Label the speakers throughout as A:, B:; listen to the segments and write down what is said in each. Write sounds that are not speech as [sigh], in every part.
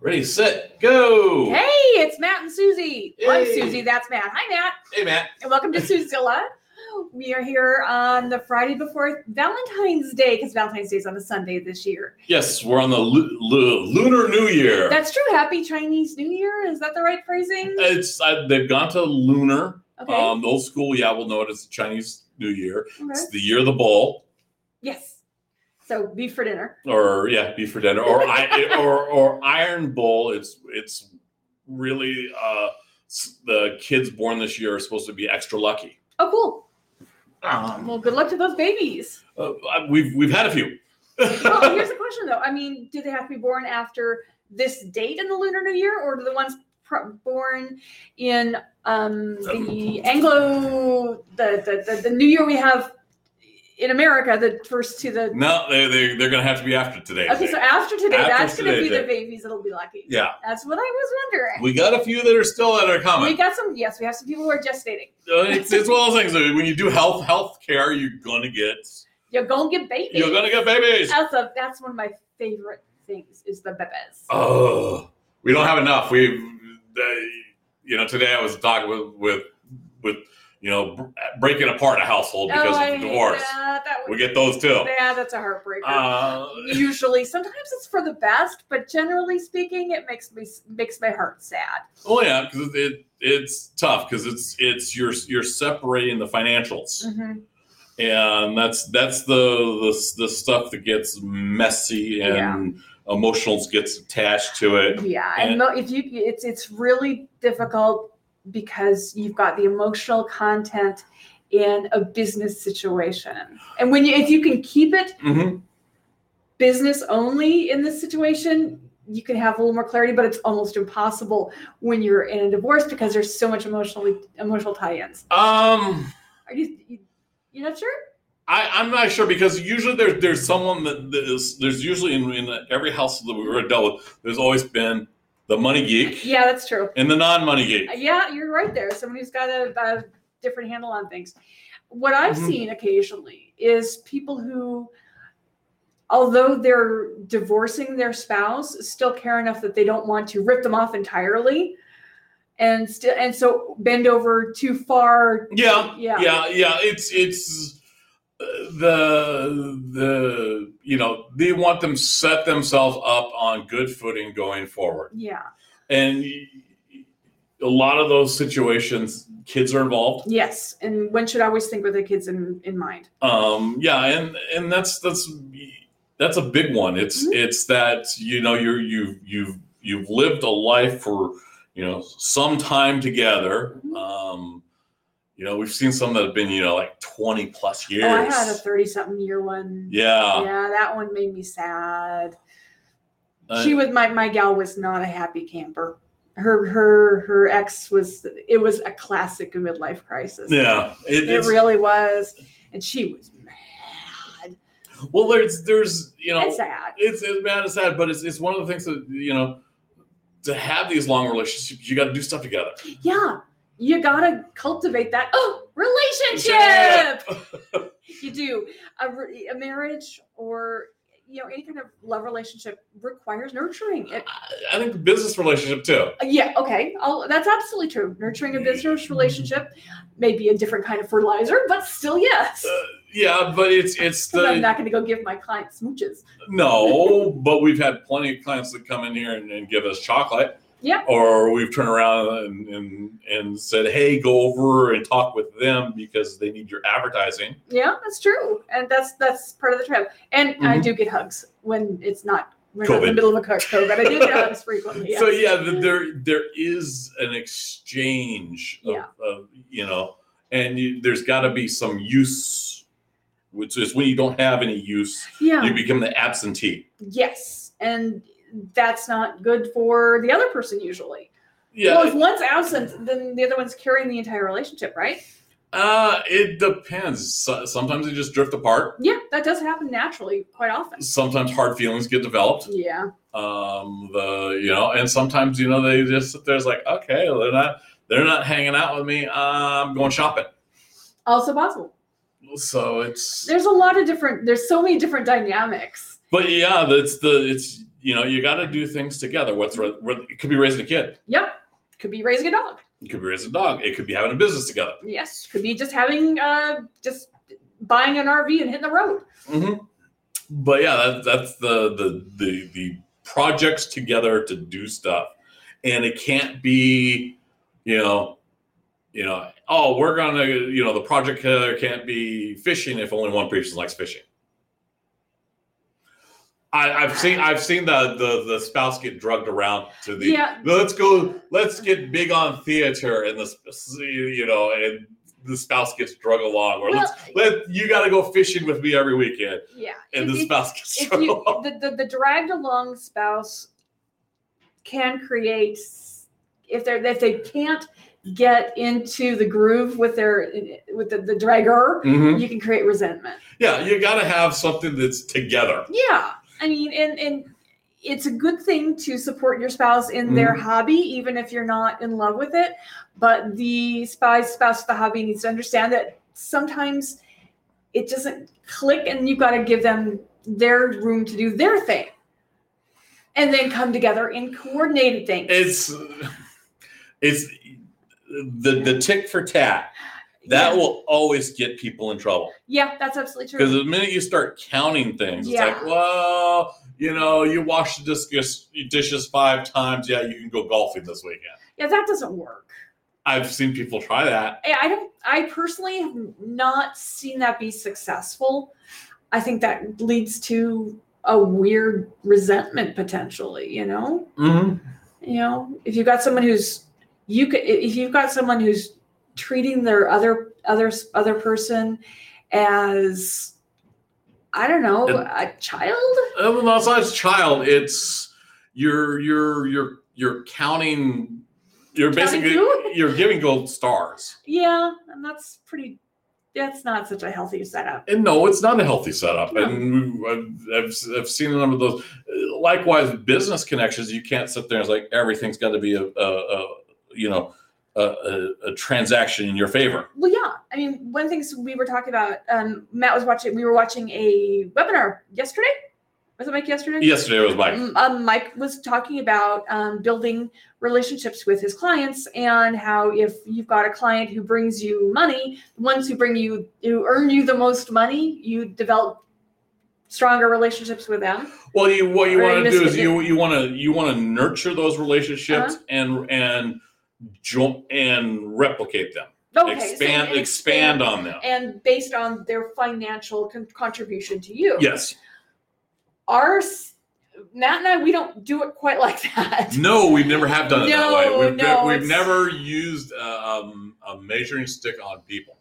A: Ready, set, go.
B: Hey, it's Matt and Susie. I'm
A: Hey.
B: Susie. That's Matt. Hi, Matt,
A: Hey, Matt.
B: and welcome to Suzilla. We are here on the Friday before Valentine's Day because Valentine's Day is on a Sunday this year.
A: Yes, we're on the lu- lu- Lunar New Year.
B: That's true. Happy Chinese New Year. Is that the right phrasing?
A: it's uh, they've gone to lunar.
B: Okay.
A: Um, the old school, yeah, we'll know it as the Chinese New Year.
B: okay.
A: It's the year of the bull,
B: Yes. So beef for dinner.
A: or yeah, beef for dinner, or
B: [laughs]
A: I, or or Iron Bull. It's it's really uh, s- the kids born this year are supposed to be extra lucky.
B: Oh, cool.
A: Um,
B: Well, good luck to those babies.
A: uh, we've we've had a
B: [laughs]
A: few.
B: Well, here's the question though. I mean, do they have to be born after this date in the Lunar New Year, or do the ones pr- born in um, the Anglo the, the the the New Year we have in America, the first to the
A: no, they they they're gonna have to be after today.
B: okay, so after today,
A: After
B: that's going to
A: today,
B: be the
A: then.
B: babies that'll be lucky.
A: yeah,
B: That's what I was wondering.
A: we got a few that are still at our
B: We,
A: comment.
B: got some. Yes, we have some people who are gestating.
A: Uh, it's, it's one of those things. that When you do health health care, you're gonna get
B: You're gonna get babies.
A: you're gonna get babies.
B: That's a, that's one of my favorite things is the bebes.
A: Oh, we don't have enough. We, you know, today I was talking with with with you know br- breaking apart a household because
B: Oh, I
A: of the
B: hate
A: divorce.
B: That, that
A: We
B: would,
A: get those too.
B: yeah, that's a heartbreaker.
A: Uh,
B: usually sometimes it's for the best but generally speaking it makes me makes my heart sad
A: oh yeah, because it it's tough because it's it's you're you're separating the financials,
B: Mm-hmm.
A: and that's that's the, the the stuff that gets messy and emotionals gets attached to it.
B: yeah and mo- if you it's it's really difficult because you've got the emotional content in a business situation and when you if you can keep it
A: hmm
B: business only in this situation you can have a little more clarity but it's almost impossible when you're in a divorce because there's so much emotionally emotional tie-ins
A: Um.
B: are you, you you're not sure
A: I, I'm not sure because usually there's there's someone that that is there's usually in, in every house that we've ever dealt with, there's always been the money geek
B: yeah that's true
A: and the non-money geek.
B: Uh, Yeah, you're right there. Someone who's got a, a different handle on things. What I've
A: Mhm.
B: seen occasionally is people who, although they're divorcing their spouse, still care enough that they don't want to rip them off entirely, and still and so bend over too far.
A: Yeah,
B: Yeah.
A: yeah, yeah. It's it's uh, the the you know they want them set themselves up on good footing going forward,
B: Yeah.
A: and y- y- a lot of those situations, kids are involved.
B: Yes. And one should always think with the kids in in mind.
A: um yeah and and that's that's that's a big one it's
B: Mhm.
A: it's that you know you're you've you've you've lived a life for you know some time together
B: Mhm.
A: um you know we've seen some that have been you know like 20 plus years
B: Oh, I had a thirty-something year one.
A: yeah,
B: Yeah, that one made me sad.
A: uh,
B: she was my my gal was not a happy camper. Her her her ex was it was a classic midlife crisis.
A: yeah it,
B: it
A: it's
B: really was, and she was mad
A: well there's there's you know
B: and sad.
A: it's it's bad and sad but it's it's one of the things that you know to have these long relationships you got to do stuff together
B: Yeah, you gotta cultivate that oh
A: [laughs]
B: relationship. you do a, re- a marriage or you know any kind of love relationship requires nurturing. It,
A: I- i think the business relationship too
B: yeah, okay, I'll, that's absolutely true. Nurturing a business relationship may be a different kind of fertilizer, but still yes.
A: Uh, yeah but it's it's
B: Because
A: the
B: I'm not going to go give my client smooches.
A: No, but we've had plenty of clients that come in here and, and give us chocolate.
B: Yeah.
A: Or we've turned around and, and and said, "Hey, go over and talk with them because they need your advertising."
B: Yeah, that's true, and that's that's part of the trip. And I
A: Mhm.
B: do get hugs when it's not we're not in the
A: COVID.
B: middle of a co- COVID. I do get
A: [laughs]
B: hugs frequently.
A: So
B: yes.
A: yeah, th- there there is an exchange of,
B: Yeah.
A: of you know, and you, there's got to be some use, which is when you don't have any use,
B: yeah,
A: you become the absentee.
B: yes, and that's not good for the other person usually.
A: Yeah.
B: Well, if one's absent, then the other one's carrying the entire relationship, right?
A: uh, it depends. So, sometimes they just drift apart.
B: Yeah, that does happen naturally quite often.
A: Sometimes hard feelings get developed.
B: Yeah,
A: um the you know and sometimes you know they just sit there's like okay they're not they're not hanging out with me i'm going shopping
B: also possible.
A: so it's
B: There's a lot of different. There's so many different dynamics.
A: but yeah that's the it's you know, you got to do things together. What's what, it could be raising a kid,
B: Yep. Could be raising a dog.
A: it could be raising a dog, it could be having a business together.
B: Yes. Could be just having uh just buying an RV and hitting the road.
A: Mm-hmm. But yeah, that, that's the, the the the projects together to do stuff, and it can't be, you know, you know, oh, we're gonna, you know, the project uh, can't be fishing if only one person likes fishing. I, I've seen I've seen the, the the spouse get drugged around to the
B: Yeah.
A: let's go let's get big on theater and the sp- you know and the spouse gets drug along or let's let you got to go fishing with me every weekend,
B: Yeah.
A: and
B: [laughs] If
A: the
B: you-
A: spouse gets
B: if
A: thrown
B: you
A: off.
B: the, the, the dragged along spouse can create s- if they're if they can't get into the groove with their with the, the dragger
A: Mm-hmm.
B: you can create resentment
A: Yeah, you got to have something that's together.
B: yeah i mean and and it's a good thing to support your spouse in their hobby even if you're not in love with it but the spouse spouse of the hobby needs to understand that sometimes it doesn't click and you've got to give them their room to do their thing and then come together in coordinated things
A: It's it's the the tick for tat that
B: yeah.
A: will always get people in trouble
B: yeah that's absolutely
A: because
B: true
A: the minute you start counting things, it's
B: Yeah.
A: like, well, you know, you wash the discus, dishes five times. Yeah, you can go golfing this weekend.
B: yeah that doesn't work
A: I've seen people try that.
B: I I don't. I personally have not seen that be successful. I think that leads to a weird resentment potentially. You know,
A: Mm-hmm.
B: you know, if you've got someone who's you could, if you've got someone who's treating their other other other person as I don't know a child.
A: Uh, Outside as child, it's you're you're you're you're counting. You're
B: Counting
A: basically
B: food?
A: [laughs] you're giving gold stars.
B: Yeah, and that's pretty. That's not such a healthy setup.
A: And no, it's not a healthy setup.
B: No.
A: And I've, I've, I've seen a number of those. Likewise, business connections, you can't sit there and it's like everything's got to be a, a, a you know, a, a, a transaction in your favor.
B: Well, yeah. I mean, one of the things we were talking about, um, Matt was watching, we were watching a webinar yesterday. Was it Mike yesterday?
A: Yesterday was my
B: M- Um, Mike was talking about um, building relationships with his clients and how if you've got a client who brings you money, the ones who bring you, who earn you the most money, you develop stronger relationships with them.
A: Well, you what you
B: Or I
A: want to do is
B: misconstrued.
A: you you want to you want to nurture those relationships
B: Uh-huh.
A: and and join and replicate them,
B: Okay, so-
A: expand
B: and
A: expand on them.
B: And based on their financial con- contribution to you.
A: Yes.
B: our s- Matt and I, we don't do it quite like [laughs] that.
A: No, we've never have done it that way.
B: No,
A: We've, ne-
B: no,
A: we've
B: it's-
A: never used uh, um, a measuring stick on people.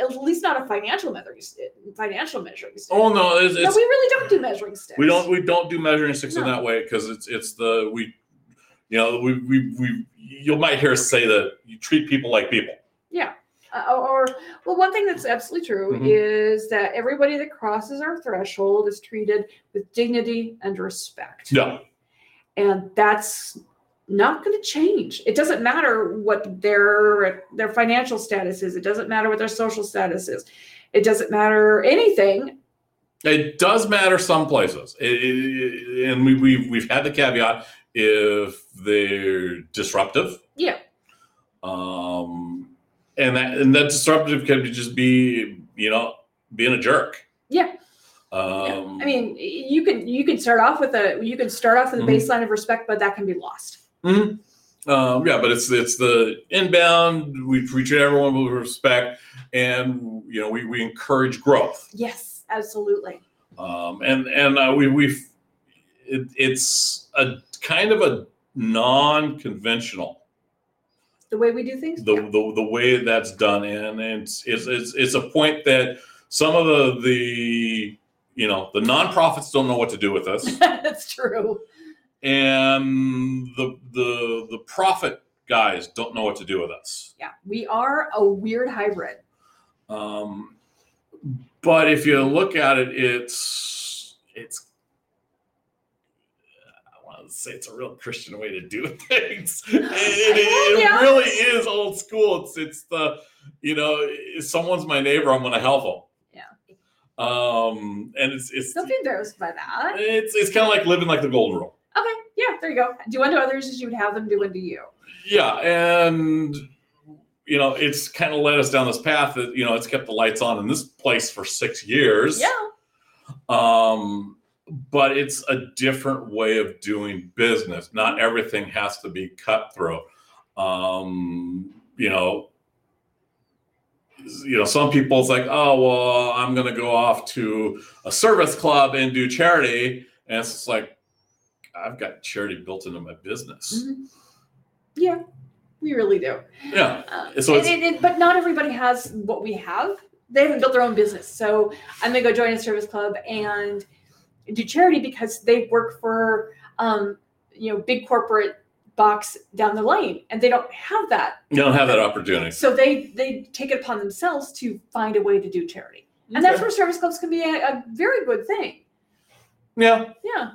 B: At least not a financial measuring stick. Financial measuring stick.
A: Oh no, it's,
B: no,
A: it's
B: we really don't do measuring sticks.
A: we don't we don't do measuring sticks in
B: No.
A: that way because it's it's the we you know we we we you might hear us say that you treat people like people.
B: Uh, or well, one thing that's absolutely true
A: Mhm.
B: is that everybody that crosses our threshold is treated with dignity and respect,
A: Yeah,
B: and that's not going to change. It doesn't matter what their their financial status is. It doesn't matter what their social status is. It doesn't matter anything.
A: it does matter some places, It- it- and we we we've had the caveat if they're disruptive.
B: Yeah.
A: Um, and that and that disruptive can be just be you know being a jerk.
B: Yeah. Yeah.
A: Um,
B: I mean, you can you can start off with a you can start off with a
A: Mhm.
B: baseline of respect, but that can be lost.
A: hmm Um, yeah, but it's it's the inbound. We, we treat everyone with respect, and you know we, we encourage growth.
B: Yes, absolutely.
A: Um, and and uh, we we it, it's a kind of a non-conventional
B: The way we do things.
A: the
B: yeah.
A: the, the way that's done, and it's it's it's, it's a point that some of the the you know the nonprofits don't know what to do with us,
B: [laughs] That's true.
A: and the the the profit guys don't know what to do with us.
B: Yeah, we are a weird hybrid.
A: Um, but if you look at it, it's it's I want to say it's a real Christian way to do [laughs] things. It, it- it
B: Yeah.
A: really is old school. It's it's the you know if someone's my neighbor, I'm going to help them.
B: Yeah.
A: Um, and it's it's
B: Don't be embarrassed by that.
A: it's it's kind of like living like the golden rule.
B: Okay, yeah, there you go. Do unto others as you would have them do unto you.
A: Yeah, and you know, it's kind of led us down this path that you know it's kept the lights on in this place for six years.
B: Yeah,
A: Um, but it's a different way of doing business.
B: Mm-hmm.
A: Not everything has to be cutthroat. Um, you know, you know, some people it's like, oh well, I'm gonna go off to a service club and do charity, and it's just like, I've got charity built into my business.
B: Mhm. yeah, we really do.
A: Yeah,
B: Um,
A: So
B: and
A: it's-
B: it- it- but not everybody has what we have. They haven't built their own business. So I'm going to go join a service club and do charity because they work for, um, you know, big corporate box down the lane and they don't have that.
A: you don't have that opportunity.
B: So they, they take it upon themselves to find a way to do charity. And that's
A: Okay.
B: where service clubs can be a, a very good thing.
A: yeah.
B: Yeah.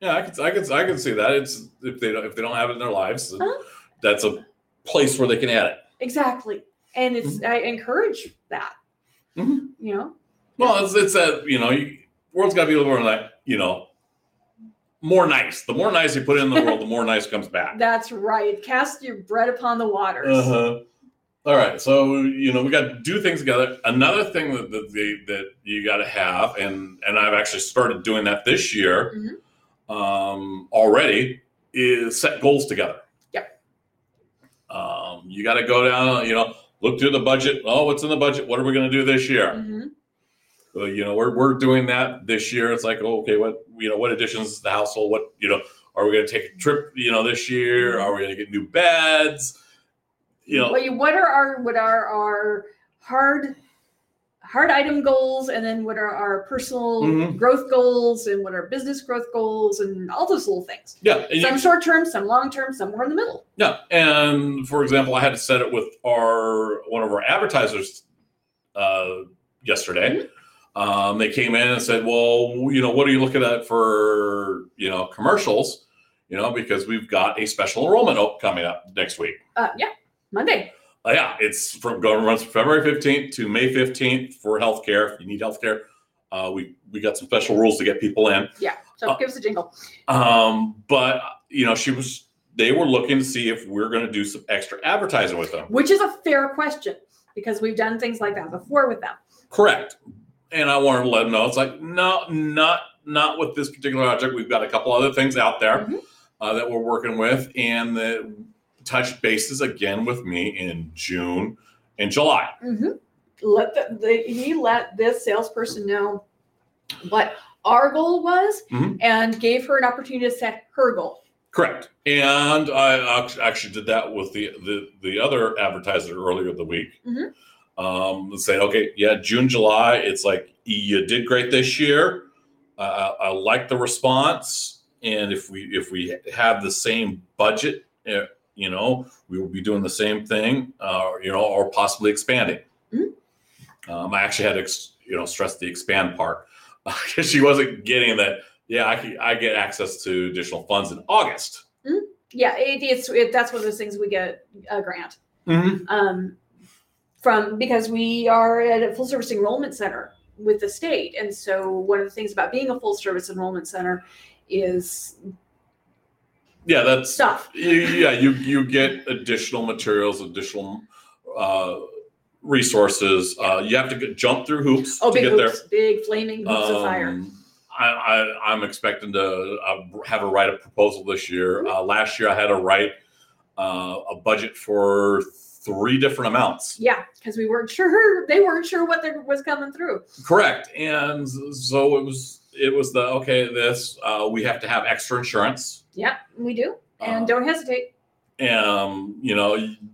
A: Yeah, I could, I could, I could see that. It's if they don't, if they don't have it in their lives, then
B: Uh-huh.
A: that's a place where they can add it.
B: Exactly. And it's,
A: Mm-hmm.
B: I encourage that,
A: Mhm.
B: you know?
A: Well, it's it's that you know, you, world's got to be a little more like you know, more nice. The more nice you put in the world, the more nice comes
B: [laughs]
A: back.
B: That's right. Cast your bread upon the waters.
A: Uh-huh. All right, so you know we got to do things together. Another thing that that, the, that you got to have, and and I've actually started doing that this year um, already, is set goals together. Yep. Um, you got to go down. You know, look through the budget. Oh, what's in the budget? What are we going to do this year?
B: Mhm.
A: Well, uh, you know, we're, we're doing that this year. It's like, oh, okay, what, you know, what additions to the household? What, you know, are we going to take a trip, you know, this year? Are we going to get new beds? You know,
B: What, you- what are our what are our hard hard item goals and then what are our personal
A: Mhm.
B: growth goals and what are business growth goals and all those little things
A: yeah. And
B: some
A: you,
B: short term some long term somewhere in the middle
A: yeah. And for example, I had to set it with our, one of our advertisers uh, yesterday. Um, they came in and said, well, you know, what are you looking at for, you know, commercials? You know, because we've got a special enrollment op- coming up next week.
B: uh, yeah monday
A: Uh, yeah, it's from going runs from February 15th to May 15th for healthcare. If you need healthcare, uh, we we got some special rules to get people in.
B: so
A: Uh,
B: give us a jingle
A: Um, but you know, she was they were looking to see if we're going to do some extra advertising with them.
B: which is a fair question because we've done things like that before with them
A: Correct. And I wanted to let them know it's like no, not not with this particular object. We've got a couple other things out there
B: Mhm.
A: uh, that we're working with, and the touch bases again with me in June and July.
B: Mhm. let the, the he let this salesperson know what our goal was
A: Mhm.
B: and gave her an opportunity to set her goal
A: Correct. And I act- actually did that with the the, the other advertiser earlier in the week.
B: Mhm.
A: Um, and say, okay, yeah, June, July. It's like you did great this year. Uh, I, I like the response, and if we if we have the same budget, eh, you know, we will be doing the same thing, uh, you know, or possibly expanding.
B: Mhm.
A: Um, I actually had to, ex- you know, stress the expand part [laughs] because she wasn't getting that. Yeah, I, can, I get access to additional funds in August.
B: yeah it, it's it, that's one of those things we get a grant um, from because we are at a full service enrollment center with the state and so one of the things about being a full service enrollment center is
A: Yeah, that's
B: stuff
A: you- yeah. You you get additional materials, additional uh, resources. Uh, you have to get, jump through hoops
B: oh
A: to
B: big
A: get
B: hoops big flaming
A: there.
B: hoops of fire
A: Um, I, I I'm expecting to uh, have a write a proposal this
B: Mm-hmm.
A: year. Uh, last year I had to write uh, a budget for three different amounts.
B: yeah because we weren't sure [laughs] they weren't sure what there was coming through
A: Correct, and so it was it was the okay. This uh, we have to have extra insurance.
B: yeah we do and
A: Uh,
B: don't hesitate
A: um you know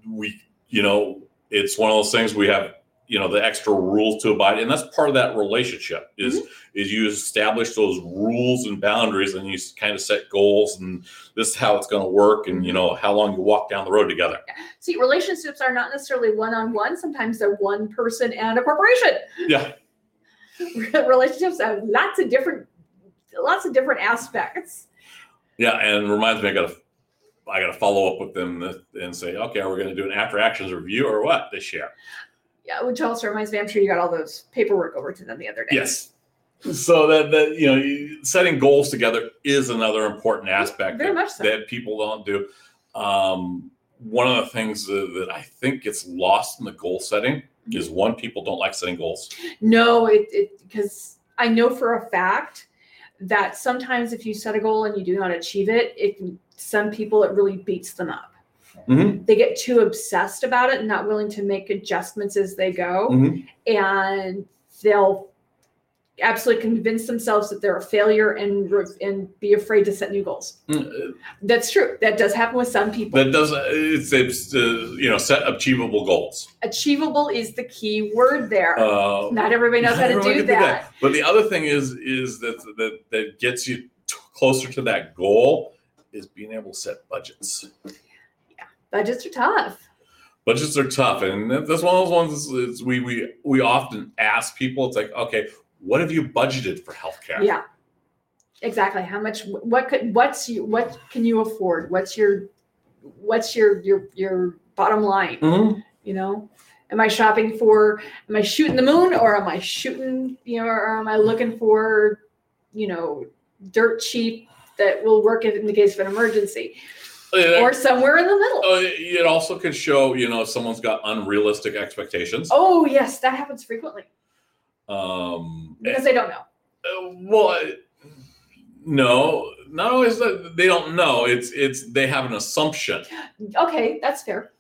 A: we you know it's one of those things we have you know the extra rules to abide and that's part of that relationship is is you establish those rules and boundaries and you kind of set goals and this is how it's going to work and you know how long you walk down the road together
B: see relationships are not necessarily one-on-one sometimes they're one person and a corporation
A: yeah
B: [laughs] relationships have lots of different lots of different aspects
A: yeah and it reminds me i gotta i gotta follow up with them and say okay are we going to do an after actions review or what this year
B: Yeah, which also reminds me, I'm sure you got all those paperwork over to them the other day.
A: Yes. So that that you know, you- setting goals together is another important aspect
B: very
A: that,
B: much so.
A: that people don't do. Um, one of the things that, that I think gets lost in the goal setting is one people don't like setting goals.
B: No, it it because I know for a fact that sometimes if you set a goal and you do not achieve it, it can some people it really beats them up.
A: Mhm.
B: They get too obsessed about it and not willing to make adjustments as they go,
A: Mhm.
B: and they'll absolutely convince themselves that they're a failure and re- and be afraid to set new goals.
A: Mm,
B: That's true. That does happen with some people.
A: That doesn't. It's, it's uh, you know set achievable goals.
B: Achievable is the key word there.
A: Uh,
B: Oh. not everybody
A: [laughs]
B: knows how to
A: Everyone
B: do
A: can
B: that.
A: But the other thing is is that that that gets you t- closer to that goal is being able to set budgets.
B: Budgets are tough.
A: Budgets are tough, and that- that's one of those ones is, is we we we often ask people. It's like, okay, what have you budgeted for healthcare?
B: Yeah. Exactly. How much what could what's you what can you afford? What's your what's your your your bottom line,
A: Mhm.
B: you know? Am I shopping for am I shooting the moon or am I shooting, you know, or am I looking for, you know, dirt cheap that will work in the case of an emergency
A: It,
B: or somewhere in the middle?
A: uh, it also could show you know if someone's got unrealistic expectations.
B: Oh, yes, that happens frequently
A: Um,
B: Oh. because they don't know.
A: Uh, well I- no not always that they don't know it's it's they have an assumption
B: Okay, that's
A: [laughs]
B: fair.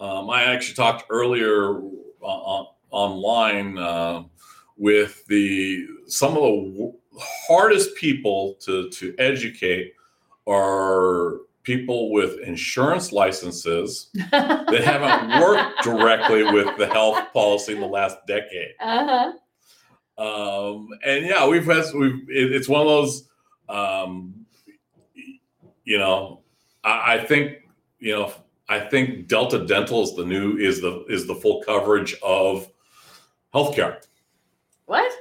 A: um, i actually talked earlier uh, on, online uh, with the some of the w- hardest people to to educate are people with insurance licenses that haven't worked directly with the health policy in the last decade
B: [laughs] Uh-huh.
A: um and yeah we've had we've it, it's one of those um you know I, I think you know i think delta dental is the new is the is the full coverage of healthcare
B: What?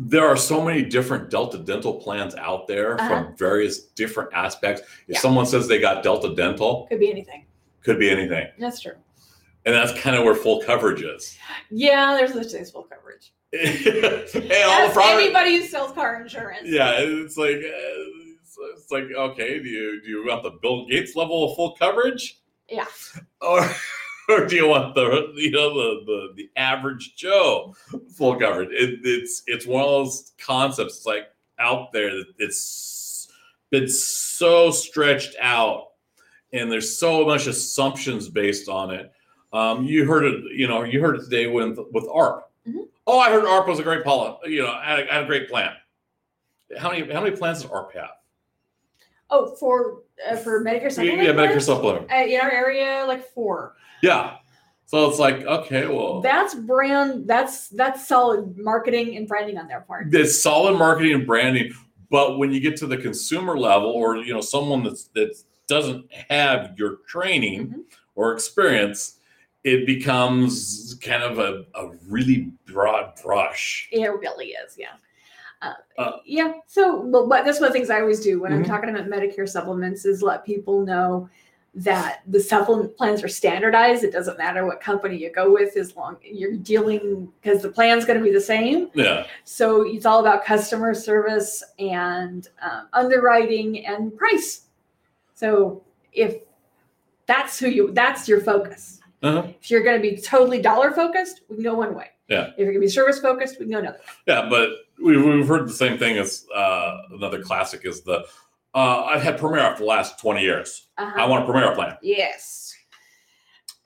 A: there are so many different delta dental plans out there
B: Uh-huh.
A: from various different aspects if
B: Yeah.
A: someone says they got delta dental
B: Could be anything.
A: could be anything
B: That's true.
A: and that's kind of where full coverage is [laughs]
B: Yeah, there's such thing as full coverage.
A: and all the
B: Ask
A: products-
B: anybody who sells car insurance.
A: Yeah, it's like uh, it's, it's like okay, do you do you want the Bill Gates level of full coverage?
B: Yeah.
A: Or [laughs] or do you want the you know the the, the average Joe full coverage? It, it's it's one of those concepts like out there that it's been so stretched out, and there's so much assumptions based on it. Um, you heard it, you know, you heard it today with with ARP.
B: Mhm.
A: Oh, I heard ARP was a great policy. You know, had a, had a great plan. How many how many plans does ARP have?
B: Oh, for uh, for Medicare supplement.
A: yeah, Medicare
B: plans?
A: supplement.
B: Uh, in our area, like four.
A: Yeah. So it's like okay, well,
B: That's brand. That's that's solid marketing and branding on their part.
A: there's solid marketing and branding, but when you get to the consumer level, or you know, someone that's that doesn't have your training
B: Mhm.
A: or experience, it becomes kind of a, a really broad brush.
B: It really is. Yeah. Uh,
A: Uh,
B: yeah. So, but, but that's one of the things I always do when I'm
A: Mhm.
B: talking about Medicare supplements is let people know that the supplement plans are standardized. It doesn't matter what company you go with, as long you're dealing because the plan's going to be the same.
A: Yeah.
B: So it's all about customer service and um, underwriting and price. So if that's who you, that's your focus.
A: Uh-huh.
B: If you're going to be totally dollar focused, we can go one way.
A: Yeah.
B: If you're going to be service focused, we can go another.
A: Yeah, but we've, we've heard the same thing as uh, another classic is the uh, I've had Premiere for the last 20 years. I
B: Uh-huh.
A: want a Premiere plan.
B: Yes.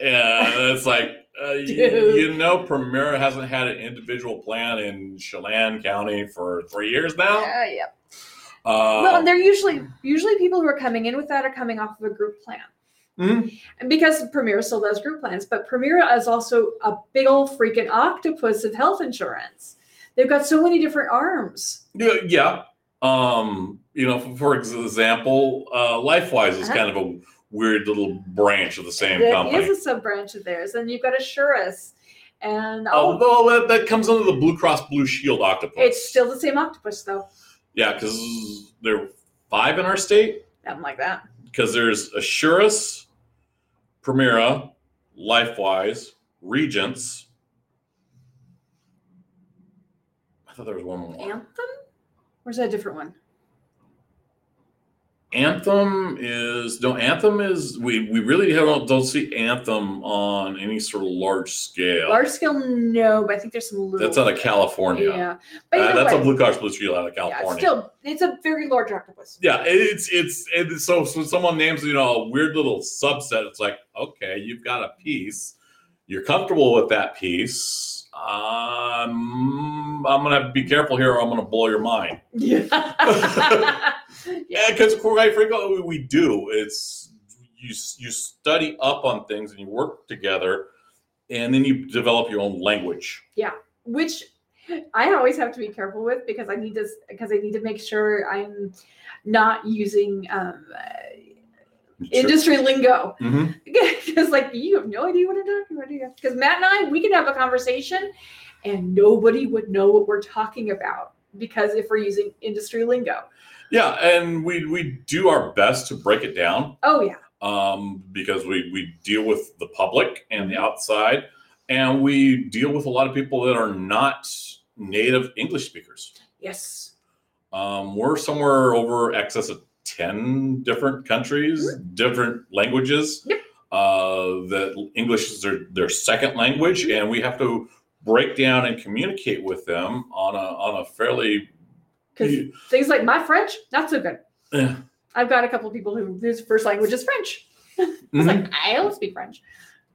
A: And it's like, uh, you,
B: Dude.
A: you know, Premiere hasn't had an individual plan in Chelan County for three years now.
B: Uh, yep. well,
A: Uh,
B: and they're usually usually people who are coming in with that are coming off of a group plan.
A: mhm.
B: And because Premier still does group plans, but Premier is also a big old freaking octopus of health insurance. They've got so many different arms.
A: Yeah. yeah. Um, you know, for, for example, uh, LifeWise is
B: Uh-huh.
A: kind of a weird little branch of the same
B: There is
A: company.
B: a sub branch of theirs, and you've got Assurus, and
A: Oh,
B: all
A: Although Uh, that, that comes under the Blue Cross Blue Shield octopus.
B: Oh. it's still the same octopus though,
A: Yeah, because there are five in our state.
B: something like that.
A: Because there's Assurus, Primera, LifeWise, regents. I thought there was one more.
B: Anthem? Or is that a different one?
A: Anthem is no Anthem is we we really don't don't see Anthem on any sort of large scale.
B: Large scale, no, but I think there's some little.
A: that's out of California.
B: Yeah. But
A: Uh,
B: either
A: that's
B: way,
A: a blue collar blue steel out of
B: yeah,
A: California.
B: still, it's a very large octopus.
A: Yeah, it's it's and so so someone names you know a weird little subset. It's like okay, you've got a piece, you're comfortable with that piece. Um, I'm gonna be careful here, or I'm gonna blow your mind.
B: [laughs] Yeah.
A: Yeah, because quite frankly, we do. It's you you study up on things and you work together, and then you develop your own language.
B: Which I always have to be careful with because I need to because I need to make sure I'm not using um, industry lingo. [laughs]
A: Mhm.
B: because like you have no idea what I'm talking about. Because Matt and I, we can have a conversation, and nobody would know what we're talking about because if we're using industry lingo.
A: Yeah, and we we do our best to break it down.
B: Oh yeah,
A: um, because we, we deal with the public and the outside, and we deal with a lot of people that are not native English speakers.
B: yes,
A: Um, we're somewhere over excess of 10 different countries, different languages.
B: Hmm. Yep.
A: Uh, that English is their, their second language,
B: Hmm.
A: and we have to break down and communicate with them on a, on a fairly. eh,
B: because things like my French not so good.
A: Yeah.
B: I've got a couple of people who whose first language is French. It's
A: Mhm.
B: like I don't speak French,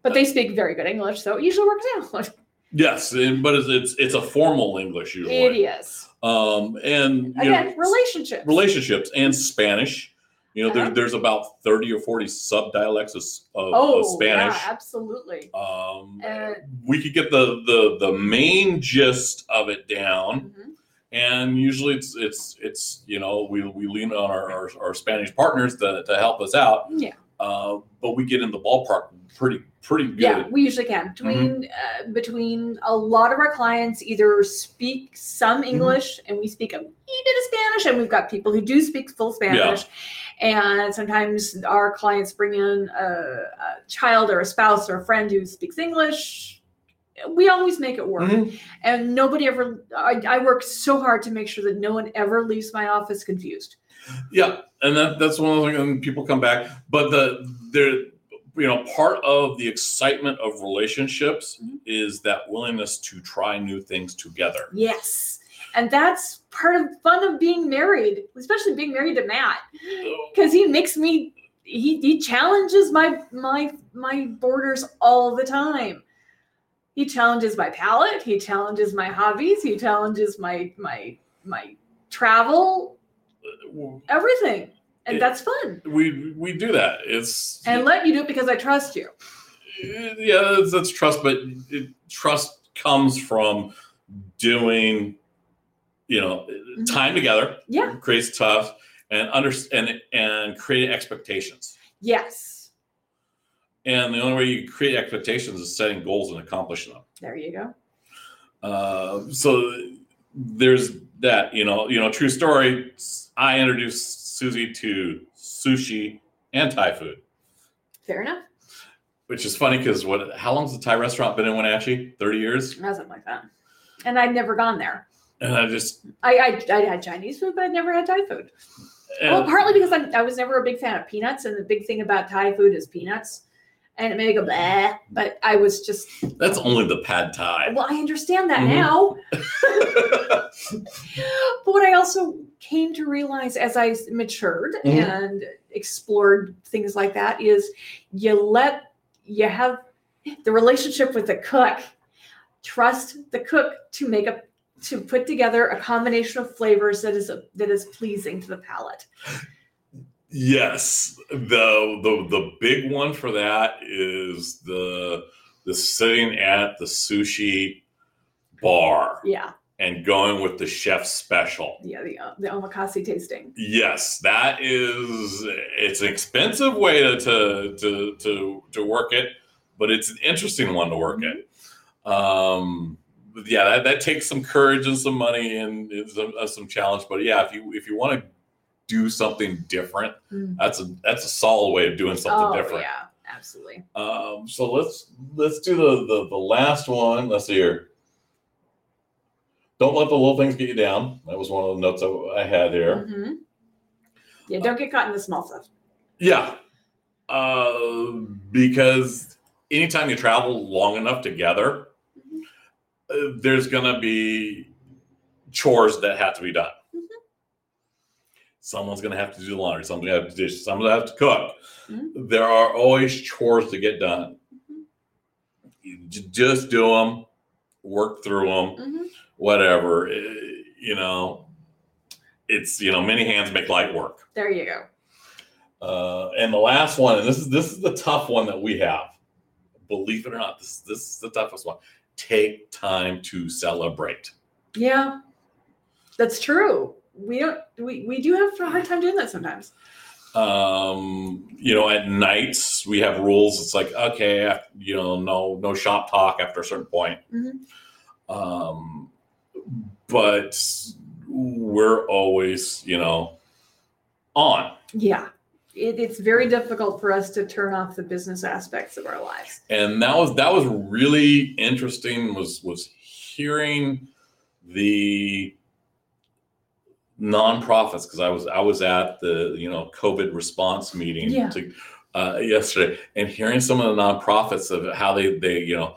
B: but they speak very good English, so it usually works out.
A: Yes, and- but it's, it's it's a formal English
B: [laughs]
A: usually.
B: It is
A: Um, and you know,
B: again relationships.
A: relationships and Spanish. You know, there,
B: Uh-huh.
A: there's about 30 or 40 subdialects of, s- of,
B: oh
A: of Spanish.
B: yeah, absolutely.
A: Um,
B: Uh,
A: we could get the, the, the main gist of it down.
B: mhm.
A: And usually it's, it's, it's you know, we, we lean on our, our, our Spanish partners to, to help us out.
B: Yeah.
A: Uh, but we get in the ballpark pretty, pretty good. Mm-hmm.
B: Yeah, we usually can. Between uh, between a lot of our clients either speak some
A: Mm-hmm.
B: English and we speak a wee bit of Spanish, and we've got people who do speak full Spanish. And sometimes our clients bring in a, a child or a spouse or a friend who speaks English. We always make it work,
A: Mhm.
B: and nobody ever. I, I work so hard to make sure that no one ever leaves my office confused.
A: Yeah, and that, that's one of the things when people come back. But the there, you know, part of the excitement of relationships
B: Mhm.
A: is that willingness to try new things together.
B: Yes, and that's part of fun of being married, especially being married to Matt. because he makes me he he challenges my my my borders all the time he challenges my palate he challenges my hobbies he challenges my my my travel everything and
A: It-
B: that's fun
A: We we do that. It's
B: and let you do it because i trust you
A: yeah, that's, that's trust, but it, trust comes from doing, you know, time together.
B: Mm-hmm. Yeah.
A: creates tough and under and and create expectations.
B: yes
A: And the only way you create expectations is setting goals and accomplishing them.
B: there you go
A: Uh, so there's that, you know, you know, true story. I introduced Susie to sushi and Thai food,
B: fair enough
A: which is funny because what? How long's the Thai restaurant been in Wenatchee? Thirty years.
B: it wasn't like that and i'd never gone there
A: And I just
B: I, I i had chinese food but i'd never had thai food Well,
A: and,
B: partly because I'm, I was never a big fan of peanuts, and the big thing about Thai food is peanuts. And it made me go bleh, but I was just
A: that's only the pad Thai.
B: well, I understand that
A: Mhm.
B: now.
A: [laughs]
B: [laughs] But what I also came to realize as I s- matured
A: Mhm.
B: and explored things like that is you let you have the relationship with the cook. Trust the cook to make a to put together a combination of flavors that is that is pleasing to the palate.
A: Yes, the the the big one for that is the the sitting at the sushi bar
B: Yeah,
A: and going with the chef's special.
B: yeah, the uh, the omakase tasting.
A: Yes, that is it's an expensive way to to to to, to work it, but it's an interesting one to work it. Um but yeah, that, that takes some courage and some money and it's some, uh, some challenge. But yeah, if you if you want to do something different,
B: Mm.
A: that's a that's a solid way of doing something
B: oh,
A: different.
B: Yeah. Absolutely.
A: Um, so let's let's do the, the the last one. Let's see here. Don't let the little things get you down. That was one of the notes I, I had here.
B: hmm Yeah, don't get caught in the small stuff.
A: Yeah. Uh, because anytime you travel long enough together,
B: Mm-hmm.
A: uh, there's going to be chores that have to be done.
B: Mhm.
A: Someone's going to have to do the laundry, someone's going to have to dish, someone's going to have to cook.
B: Mhm.
A: There are always chores to get done.
B: Mhm.
A: You j- just do them, work through them,
B: hmm
A: whatever. Eh, you know, it's, you know, many hands make light work.
B: There you go.
A: Uh, and the last one, and this is this is the tough one that we have. Believe it or not, this this is the toughest one. Take time to celebrate.
B: Yeah, that's true. We don't. We we do have a hard time doing that sometimes.
A: Um, you know, at nights we have rules. It's like okay, af- you know, no no shop talk after a certain point.
B: Mhm.
A: Um, but we're always, you know, on.
B: Yeah, it, it's very difficult for us to turn off the business aspects of our lives.
A: and that was that was really interesting was was hearing the nonprofits because i was i was at the you know covid response meeting
B: Yeah.
A: to, uh, yesterday and hearing some of the nonprofits of how they they you know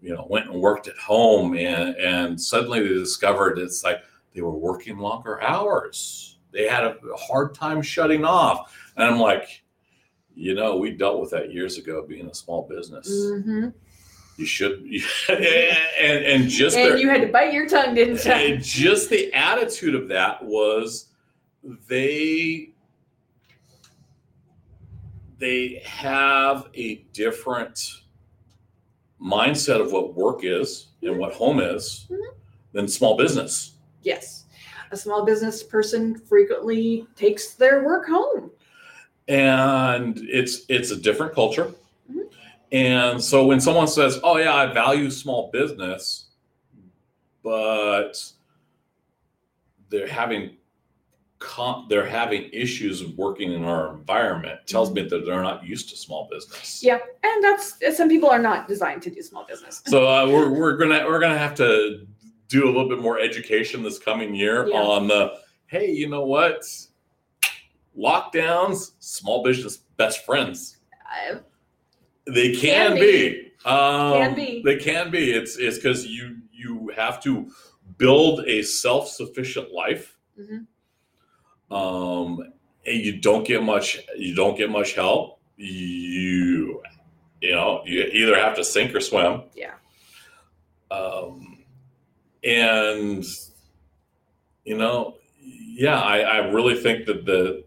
A: you know went and worked at home and and suddenly they discovered it's like they were working longer hours they had a hard time shutting off and i'm like you know we dealt with that years ago being a small business
B: hmm
A: you should [laughs] and and just their-
B: And you had to bite your tongue, didn't you?
A: and just the attitude of that was they they have a different mindset of what work is and what home is
B: Mhm.
A: than small business.
B: Yes, a small business person frequently takes their work home.
A: And it's it's a different culture.
B: Mhm.
A: And so when someone says, "Oh yeah, I value small business," but they're having com- they're having issues working in our environment tells me that they're not used to small business.
B: Mm-hmm. Yeah, [laughs] and that's some people are not designed to do small business.
A: So uh, we're we're gonna we're gonna have to do a little bit more education this coming year
B: Yeah.
A: on the hey, you know what? Lockdowns, small business best friends.
B: I-
A: They
B: Can
A: can, be. Um,
B: Can be.
A: They can be. It's it's because you you have to build a self sufficient life.
B: Mhm. Mm-hmm.
A: Um, and you don't get much. You don't get much help. You you know you either have to sink or swim.
B: Yeah.
A: Um, and you know, yeah, I, I really think that the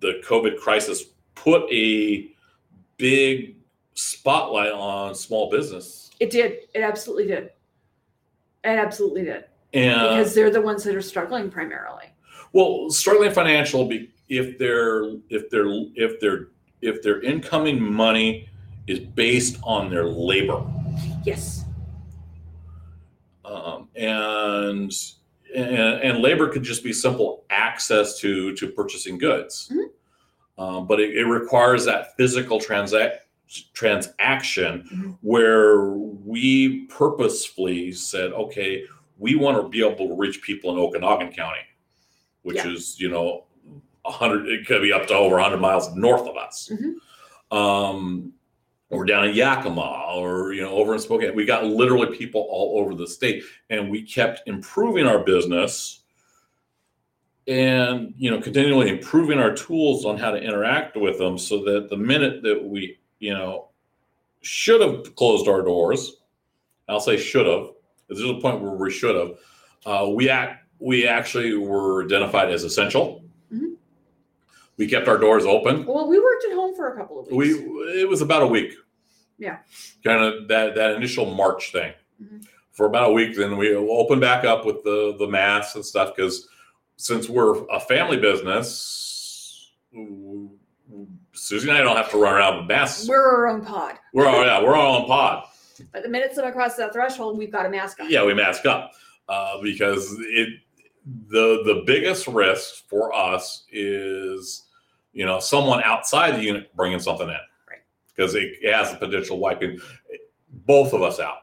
A: the COVID crisis put a big spotlight on small business.
B: It did. It absolutely did. It absolutely did
A: And
B: because they're the ones that are struggling primarily.
A: well, struggling financial be- if their if their if their if their incoming money is based on their labor,
B: Yes.
A: um, and, and and labor could just be simple access to to purchasing goods, um, but it, it requires that physical transac- transaction
B: Mhm.
A: where we purposefully said, okay, we want to be able to reach people in Okanagan County, which
B: Yeah.
A: is you know, hundred it could be up to over hundred miles north of us. Um, or down in Yakima, or you know, over in Spokane, we got literally people all over the state, and we kept improving our business, and you know, continually improving our tools on how to interact with them, so that the minute that we, you know, should have closed our doors, I'll say should have. There's a point where we should have. Uh, we act, we actually were identified as essential.
B: Mhm.
A: We kept our doors open
B: Well, we worked at home for a couple of
A: we
B: weeks.
A: it was about a week
B: Yeah.
A: kind of that that initial march thing
B: Mhm.
A: for about a week then we opened back up with the the masks and stuff because since we're a family business susie and i don't have to run around with masks
B: We're our own pod,
A: we're all yeah we're all on pod
B: but the minute someone crosses that threshold, we've got a mask on.
A: yeah we mask up uh, because it the the biggest risk for us is you know someone outside the unit bringing something in because it has the potential wiping both of us out.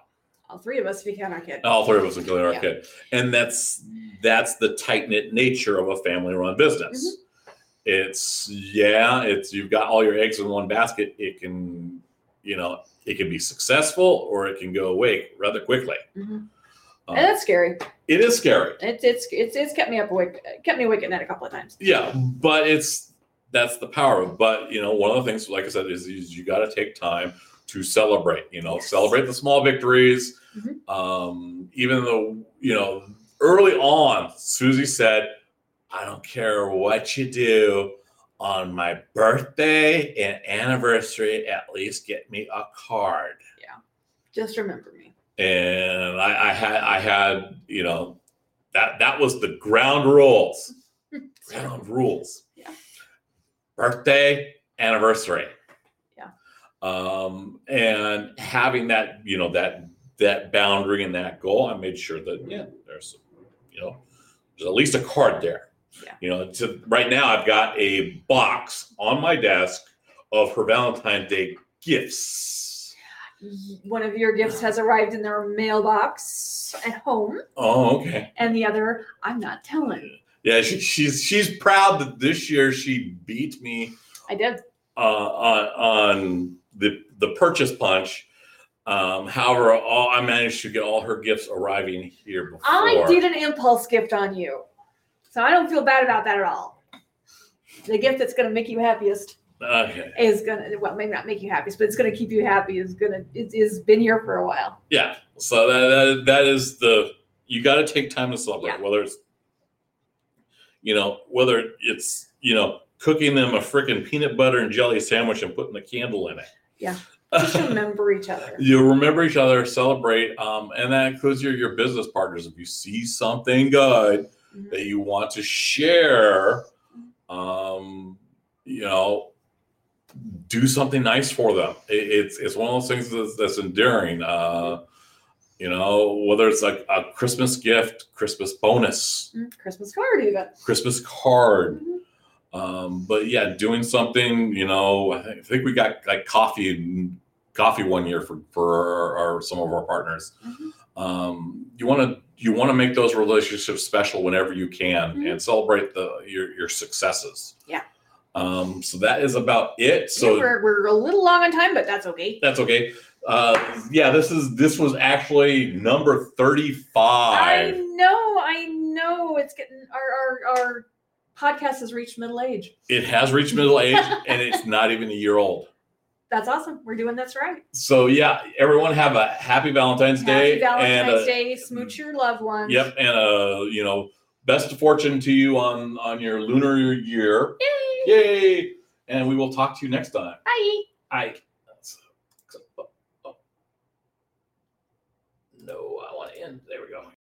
B: All three of us, if you count our kid.
A: All three of us, including our kid, and that's that's the tight knit nature of a family run business. It's yeah, it's you've got all your eggs in one basket. It can you know it can be successful or it can go away rather quickly.
B: Mhm.
A: Um,
B: and that's scary.
A: It is scary.
B: It's it's it's it's kept me up awake, kept me awake at night a couple of times.
A: Yeah, but it's that's the power. of But you know, one of the things, like I said, is, is you got to take time to celebrate. You know,
B: Yes.
A: celebrate the small victories.
B: Mhm.
A: Um, even though you know, early on, Susie said, "I don't care what you do." On my birthday and anniversary, at least get me a card.
B: Just remember me.
A: and I, I had I had you know that that was the ground
B: [laughs]
A: rules. ground rules.
B: Yeah.
A: Birthday, anniversary.
B: Yeah.
A: Um, and having that you know that that boundary and that goal, I made sure that yeah, there's you know there's at least a card there.
B: Yeah.
A: You know, to, right now I've got a box on my desk of her Valentine's Day gifts.
B: One of your gifts has arrived in their mailbox at home,
A: Oh, okay.
B: and the other, I'm not telling.
A: Yeah, she, she's she's proud that this year she beat me
B: I did.
A: uh, on on the the purchase punch. Um, however, all I managed to get all her gifts arriving here before.
B: I did an impulse gift on you, so I don't feel bad about that at all. The gift that's going to make you happiest
A: Okay.
B: is going to well, maybe not make you happiest, but it's going to keep you happy. Is going to it is been here for a while.
A: Yeah. So that that, that is the you got to take time to celebrate.
B: Yeah.
A: Whether it's you know whether it's you know cooking them a freaking peanut butter and jelly sandwich and putting a candle in it. [laughs]
B: Yeah. Just remember each other.
A: you remember each other, celebrate, um, and that includes your your business partners. If you see something good
B: Mhm.
A: that you want to share, um, you know, do something nice for them. It, it's it's one of those things that's, that's enduring. Uh, you know, whether it's like a Christmas gift, Christmas bonus,
B: Mhm. Christmas card even.
A: Christmas card,
B: Mhm.
A: um, but yeah, doing something, you know, I thi- I think we got like coffee and coffee one year for, for our, our- some of our partners.
B: Mhm.
A: Um, you want to, you want to make those relationships special whenever you can
B: Mhm.
A: and celebrate the, your, your successes.
B: Yeah.
A: Um, so that is about it.
B: So
A: So
B: we're, we're a little long on time, but that's okay.
A: that's okay. Uh, yeah, this is, this was actually number 35.
B: I know, I know. It's getting our our, our podcast has reached middle age.
A: it has reached middle age and it's not even a year old.
B: That's awesome. We're doing this right.
A: So yeah, everyone have a happy Valentine's Day
B: Happy Valentine's
A: and a,
B: Day. Smooch your loved ones.
A: yep, and uh, you know, best of fortune to you on on your lunar year.
B: Yay.
A: Yay! And we will talk to you next time.
B: Bye.
A: I no, I want to end. There we go.